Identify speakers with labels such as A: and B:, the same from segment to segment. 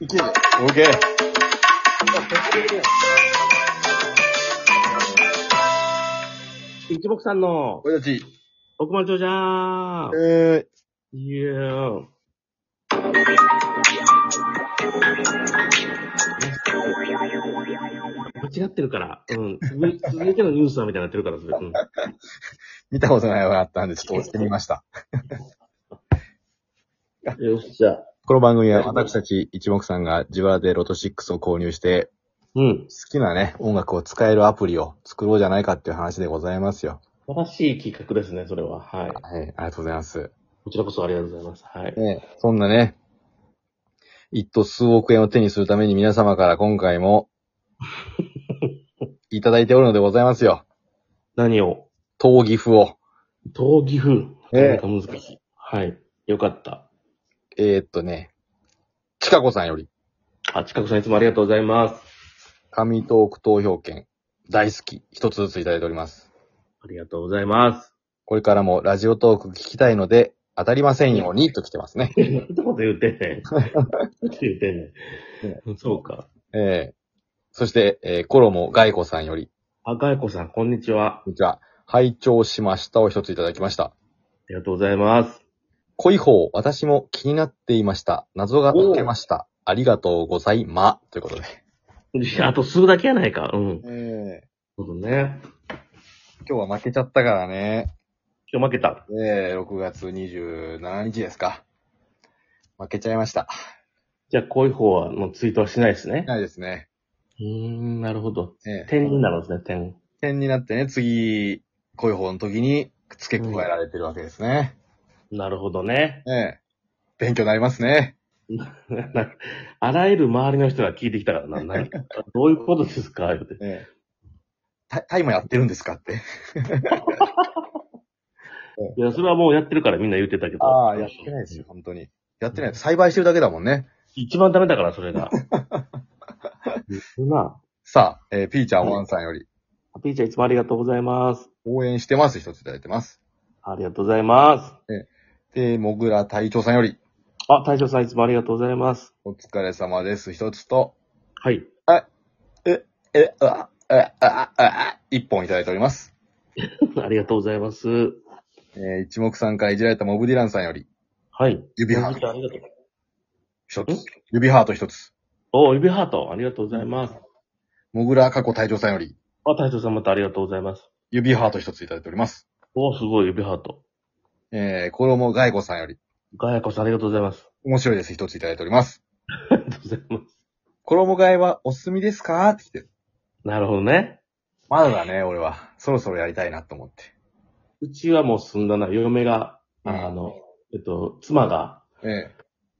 A: いける。
B: オーケー。
A: 一目さんの、
B: 俺たち。
A: 億万長者
B: え
A: いやー。間違ってるから、うん。続い続いてのニュースはみたいになってるから、それ。うん。
B: 見たことないのがあったんで、ちょっと押してみました。
A: よっしゃ。
B: この番組は私たち一目さんが自腹でロト6を購入して、
A: うん。
B: 好きなね、音楽を使えるアプリを作ろうじゃないかっていう話でございますよ。
A: 素晴らしい企画ですね、それは。は
B: は
A: い。
B: い、ありがとうございます。
A: こちらこそありがとうございます。はい。
B: ね、そんなね、一等数億円を手にするために皆様から今回 も、いただいておるのでございますよ。
A: 何を
B: 闘技譜を。
A: 闘技風。
B: ええ
A: なかなか難しい。はい。よかった。
B: えー、っとね、ちかこさんより、
A: あ、近くさんいつもありがとうございます。
B: 紙トーク投票券、大好き、一つずついただいております。
A: ありがとうございます。
B: これからもラジオトーク聞きたいので、当たりませんようにと来てますね。
A: なんてこと言ってんねん。なんて言ってんねん。そうか。
B: ええそして、えー、コロもガイコさんより、
A: あ、ガエコさん、こんにちは。
B: こんにちは。拝聴しましたを一ついただきました。
A: ありがとうございます。
B: 恋法、私も気になっていました。謎が解けました。ありがとうございま。ということで。
A: いやあと数だけやないか。うん。
B: ええ
A: そうだね。
B: 今日は負けちゃったからね。
A: 今日負けた。
B: ええ6月27日ですか。負けちゃいました。
A: じゃあ、こういう方は、のツイートはしないですね。
B: ないですね。
A: うーん、なるほど。
B: ええ
A: 点になるんですね、点。
B: 点になってね、次、恋法の時に付け加えられてるわけですね。
A: なるほどね。
B: ええ。勉強になりますね。
A: あらゆる周りの人が聞いてきたからな、何かどういうことですか言うて
B: ええ。タタイマーやってるんですかって。
A: いや、それはもうやってるからみんな言ってたけど。
B: ああ、やってないですよ、。本当に。やってない。栽培してるだけだもんね。
A: 一番ダメだから、それが。うんな
B: さあ、えー、ピーちゃんワンさんより、
A: あ。ピーちゃんいつもありがとうございます。
B: 応援してます、一ついただいてます。
A: ありがとうございます。
B: で、もぐら隊長さんより、
A: あ、大将さんいつもありがとうございます。
B: お疲れ様です、一つと、
A: はい。
B: え、あ、あ、あ、あ、あ、一本いただいております。
A: ありがとうございます。
B: えー、一目散からいじられたモブディランさんより、
A: はい。
B: 指ハー
A: あ
B: ト
A: りがとう。
B: 一
A: ん
B: つ。指ハート一つ。
A: お、指ハート、ありがとうございます。
B: もぐら過去隊長さんより、
A: あ、大将さんまたありがとうございます。
B: 指ハート一ついただいております。
A: お、すごい、指ハート。
B: えー、衣外子さんより、
A: ガヤコさんありがとうございます。
B: 面白いです、一ついただいております。
A: ありがとうございます。
B: 衣替えはおすすめですかって来てる。
A: なるほどね。
B: まだだね、俺は。そろそろやりたいなと思って。
A: うちはもう済んだな、嫁が、
B: うん
A: あの、えっと、妻が、
B: え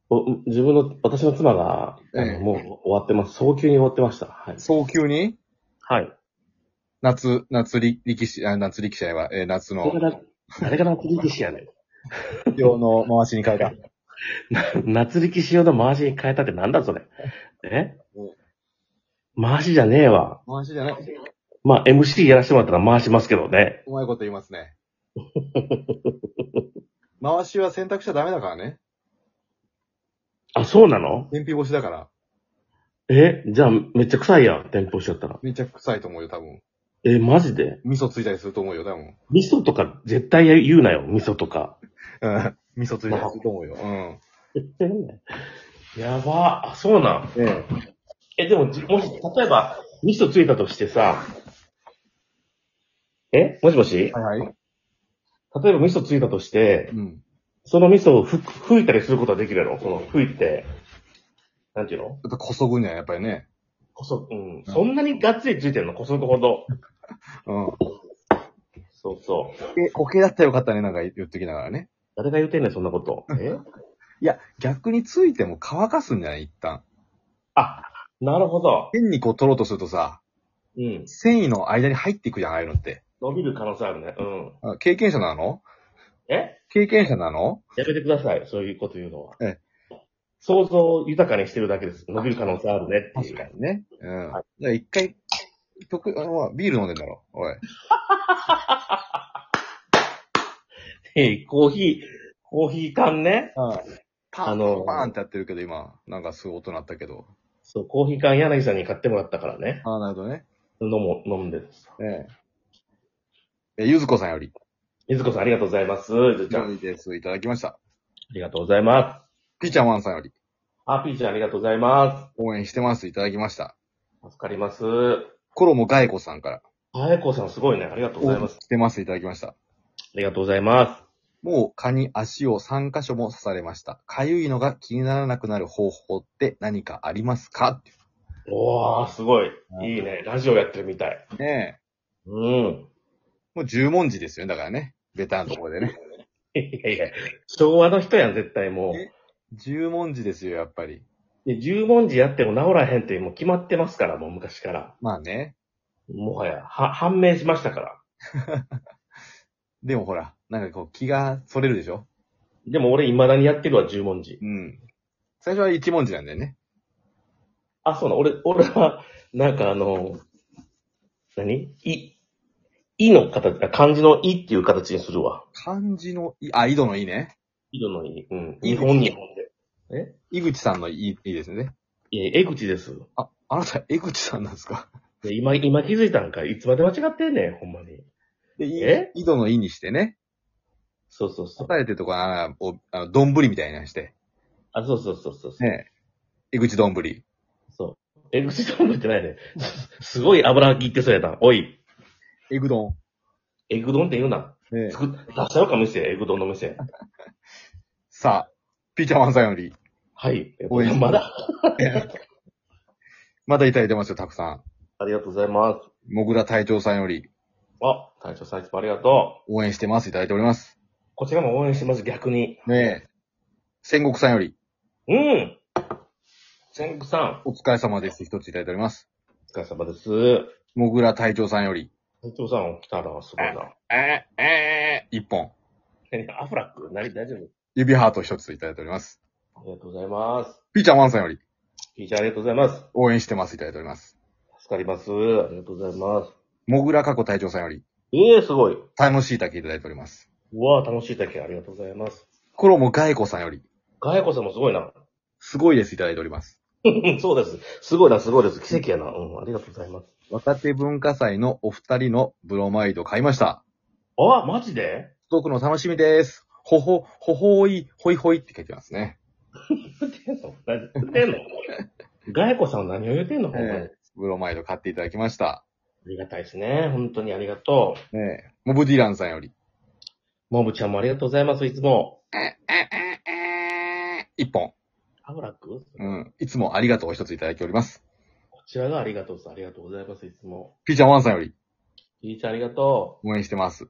A: お自分の、私の妻が、あの
B: ええ
A: もう終わってます。早急に終わってました。はい
B: え。。早急に
A: はい。
B: 夏、夏力力士、あ夏力士やばい、えー夏の
A: 誰が、誰が夏力士やねん。
B: 用の回しに変えた。
A: 夏力士用の回しに変えたってなんだそれ。え
B: う
A: 回しじゃねえわ。
B: 回しじゃない。
A: まあ、MC やらせてもらったら回しますけどね。
B: うまいこと言いますね。 回しは選択しちゃダメだからね。
A: あ、そうなの
B: 天日干しだから。
A: えじゃあ、めっちゃ臭いやん。店舗しちゃったら。
B: めっちゃ臭いと思うよ、多分。
A: え、マジで
B: 味噌ついたりすると思うよ、多分。
A: 味噌とか絶対言うなよ。味噌とか。
B: うん。 味噌ついたりすると思うよ。うん。
A: やば。あ、そうなん。
B: ええ。
A: え、でも、じもし、例えば、味噌ついたとしてさ、えもしもし
B: はいはい。
A: 例えば味噌ついたとして
B: う、ん。
A: その味噌をふ吹いたりすることはできるやろその、吹いて、なんていうの
B: やっぱこそぐにはやっぱりね。
A: こそ、うん。そんなにがっつりついてんのこそぐほど。
B: うん。
A: そうそう。
B: え、苔だったらよかったね、なんか言ってきながらね。
A: 誰が言うてんねん、そんなこと。え
B: いや、逆についても乾かすんじゃない一旦。
A: あ、なるほど。
B: 変にこう取ろうとするとさ、
A: うん。
B: 繊維の間に入っていくじゃん、ああいうのって。
A: 伸びる可能性あるね。うん。
B: あ経験者なの
A: え
B: 経験者なの
A: やめてください。そういうこと言うのは。
B: ええ
A: 想像を豊かにしてるだけです。伸びる可能性あるねっていう。
B: にね。うん。だ
A: は
B: から一回、特あのビール飲んでんだろ、おい。
A: ええコーヒー、コーヒー缶ね。
B: あ
A: あ
B: の、
A: の
B: パーンってやってるけど、今、なんかすごい音鳴ったけど。
A: そう、コーヒー缶柳さんに買ってもらったからね。
B: ああ、なるほどね。
A: 飲もう、飲んでさ。
B: ええ。え、ゆずこさんより、
A: ゆずこさんありがとうございます。ゆず
B: ジ
A: ちゃん。あ
B: ョニーです。いただきました。
A: りがとうございます。
B: ピーちゃんワンさんより、
A: あ、ピーちゃんありがとうございま
B: 応援してます。いただきました。
A: す。助かります。
B: コロモガエコさんから、
A: あやこさんすごいね。ありがとうございます。
B: してます。いただきました。
A: ありがとうございます。
B: もう蚊に足を3箇所も刺されました。痒いのが気にならなくなる方法って何かありますか
A: おー、すごい。いいね。ラジオやってるみたい。
B: ねえ。
A: うん。
B: もう十文字ですよね。だからね。ベタなところでね。
A: いやいや、昭和の人やん、絶対も
B: え十文字ですよ、やっぱり。
A: う。で十文字やっても治らへんって、もう決まってますから、もう昔から。
B: まあね。
A: もはや、は、判明しましたから。
B: でもほら、なんかこう気がそれるでしょ
A: でも俺未だにやってるわ、十文字。
B: うん。最初は一文字なんだよね。
A: あ、そうな、俺、俺は、なんかあの、何い、いの形、漢字のいっていう形にするわ。
B: 漢字のい、あ、井戸のいね。
A: 井戸のい、うん。
B: い
A: 日本日本で。
B: 井口さんのいい、いいですね。
A: いや、江口です。
B: あ、あなた、江口さんなんですか
A: で今、今気づいたんか。いつまで間違ってんねん、ほんまに。
B: で、い
A: え
B: 井戸のいにしてね。
A: そうそうそう。
B: 答えてるとこは、お、あの、丼みたいにして。
A: あ、そうそうそうそうそう。
B: ねえ。江口丼。
A: そう。江口さんも言ってないね。すすごい油切ってそうやな。おい、
B: エグ丼。
A: エグ丼って言うな。
B: ねえ。
A: 作っ、出しちゃうか店、エグ丼の店。
B: さあ、ピーちゃんワンさんより、
A: はい。
B: おい
A: まだ。
B: まだいただいてますよ、たくさ
A: ありがとうございます。
B: ん。もぐら隊長さんより、
A: あ、隊長さんいつもありがとう。
B: 応援してます、いただいております。
A: こちらも応援してます、逆に。
B: ねえ。戦国さんより、
A: うん千国さん、
B: お疲れ様です、一ついただいております。
A: お疲れ様です。
B: もぐら隊長さんより、
A: 隊長さん来たらすごいな。
B: えー、えー、一本、
A: 何 アフラック何大丈夫
B: 指ハート一ついただいております。
A: ありがとうございます。
B: ピーちゃんワンさんより、
A: ピーちゃんありがとうございます。
B: 応援してます、いただいております。
A: 助かります。ありがとうございます。
B: もぐらかこ隊長さんより、
A: ええすごい。
B: 楽しい竹いただいております。
A: うわ楽しいだけありがとうございます。
B: コロモガエコさんより、
A: ガヤコさんもすごいな。
B: すごいです、いただいております。
A: うん、そうです。すごいな、すごいです。奇跡やな。うん、ありがとうございます。
B: 若手文化祭のお二人のブロマイド買いました。
A: あ、マジで
B: トークの楽しみです。ほほ、ほほい、ほいほいって書いてますね。
A: 言ってんの何言ってんのガヤコさん何を言ってんのほんまに。
B: えブロマイド買っていただきました。
A: ありがたいですね。本当にありがとう。
B: ねえ。モブディランさんより。
A: モブちゃんもありがとうございます、いつも。
B: え、え、え、え、一本。
A: アフラック
B: うん。いつもありがとうを一ついただいております。
A: こちらがありがとうです。ありがとうございます、いつも。
B: ピーちゃんワンさんより
A: ピーちゃんありがと
B: 応援してます。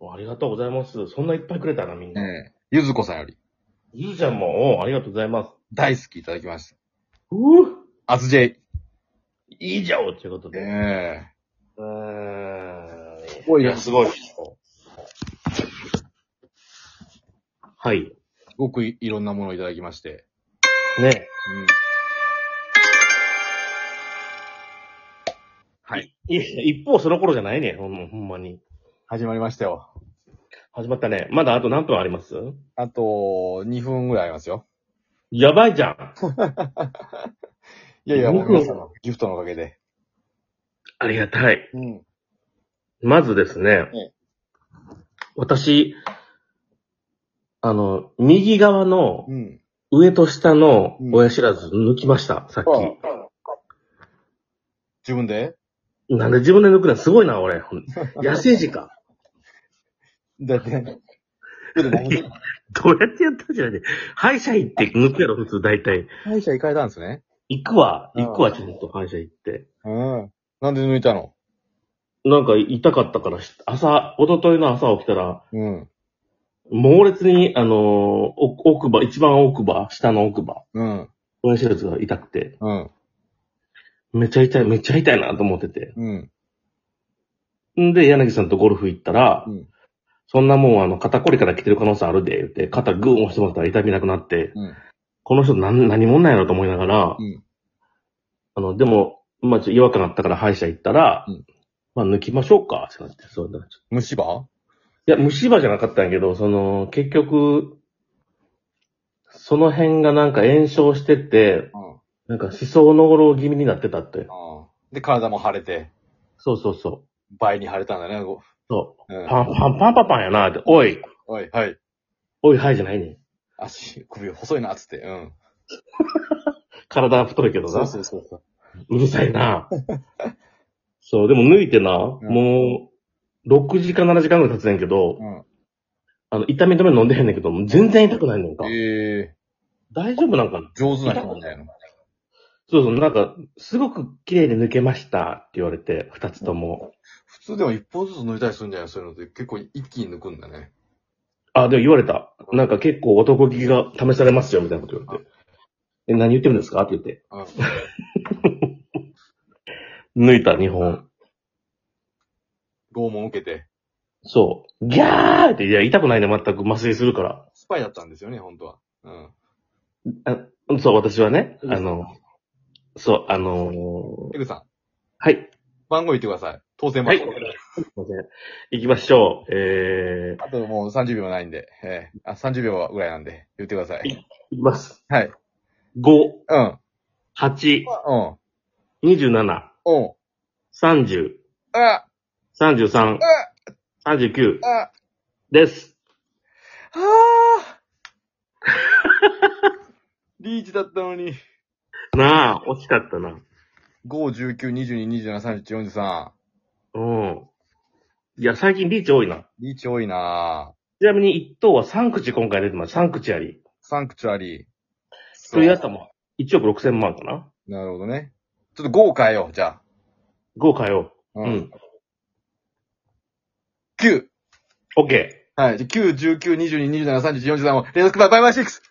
A: う。ありがとうございます。そんないっぱいくれたな、みん
B: え
A: な。
B: え。ゆずこさんより
A: ゆずちゃんも、うんありがとうございます。
B: 大好きいただきました。
A: うぅ
B: あずジェイ。
A: いいじゃんということで。
B: ええ。
A: うーん。す
B: ごいよ
A: すごい。はい。
B: すごくいいろんなものをいただきまして。
A: ね。
B: うん。はい。
A: いや一方その頃じゃないね。ほんほんまに。
B: 始まりましたよ。
A: 始まったね。まだあと何分あります
B: あと、2分ぐらいありますよ。
A: やばいじゃん。
B: いやいや、
A: 僕
B: 皆さんのギフトのおかげで。
A: ありがたい。
B: うん。
A: まずですね
B: ええ。
A: 私、あの、右側の
B: うん。
A: 上と下の
B: うん
A: 親知らず抜きました、さっき。
B: 自分で
A: なんで自分で抜くのすごいな、俺。ほ ん野生児か。
B: だって。だって
A: どうやってやったんじゃないで。歯医者行って抜くやろ、普通、大体。
B: 歯医者行かれたんですね。
A: 行くわ、
B: うん
A: 行くわ、ちゃんと歯医者行って。
B: うん。なんで抜いたの
A: なんか痛かったからし、朝、一昨日の朝起きたら、
B: うん。
A: 猛烈に、あのーお奥歯、一番奥歯、下の奥歯、
B: うん。
A: 親知らずが痛くて、
B: うん。
A: めっちゃ痛い、めっちゃ痛いなと思ってて。
B: うん。
A: んで、柳さんとゴルフ行ったら、
B: うん
A: そんなもん、あの、肩こりから来てる可能性あるで、言って、肩グーン押してもらったら痛みなくなって、
B: うん。
A: この人何、何者なんやろと思いながら、
B: うん
A: あの、でも、まあ、ちょっと違和感あったから歯医者行ったら、
B: うん
A: まあ、抜きましょうか、ってなって、そうだ、ちょっ
B: 虫歯
A: いや、虫歯じゃなかったんやけど、その、結局、その辺がなんか炎症してて、
B: うん。
A: なんか思想のろ気味になってたって。
B: で、体も腫れて、
A: そうそうそう。
B: 倍に腫れたんだね。こ
A: そう
B: う
A: う。
B: ん。
A: パンパンパンパンパンやなって、おい、
B: おい、はい。
A: おい、はいじゃないねん。
B: 足、首細いな、つって。うん。
A: 体は太いけど
B: そう
A: な。
B: そうそうそう。
A: うるさいな。そう、でも抜いてな、
B: ん
A: もう、6時間7時間ぐらい経つねんけど、
B: うん。
A: あの、痛み止め飲んでへんねんけど、もう全然痛くないねんか。
B: ええ
A: 大丈夫なんかな
B: 上手な人なんだよ。
A: そうそう、なんか、すごく綺麗に抜けましたって言われて、二つとも。
B: 普通でも一本ずつ抜いたりするんじゃないそういうのって結構一気に抜くんだね。
A: あ、でも言われた。なんか結構男気が試されますよ、みたいなこと言われて。え、何言ってるんですかって言って。
B: うん。
A: 抜いた、日本。
B: 拷問受けて。
A: そう。ギャーって、いや、痛くないね、全く麻酔するから。
B: スパイだったんですよね、本当は。うん。
A: あそう、私はね、
B: うん
A: あの、そう、あのー
B: エグさん、
A: はい。すい
B: 番号言ってください。当選
A: は
B: 番
A: い
B: 号。
A: ません。行きましょう。え
B: あともう30秒ないんで、ええあ、30秒ぐらいなんで、言ってください。
A: ー、いきます。
B: はい。
A: 5、
B: うん。
A: 8、
B: うん。
A: 27、
B: うん。
A: 30、
B: あ、
A: 33、39
B: あ、あ
A: です。
B: あリーチだったのに。
A: なあ、惜しかったな。
B: 5、19、22、27、31、43。
A: うん。いや、最近リーチ多いな。
B: リーチ多いな
A: ちなみに一等は3口今回出てます。3口あり。
B: ぁ。サンクチュアリー。
A: 一人頭、1億6千万かな。
B: なるほどね。ちょっと5を変えよう、じゃ
A: 5変えよ
B: あ。
A: う。うん。。
B: 9!
A: オッケー。
B: はい。じゃあ9、19、22、27、31、43を連続バイバイバイシックス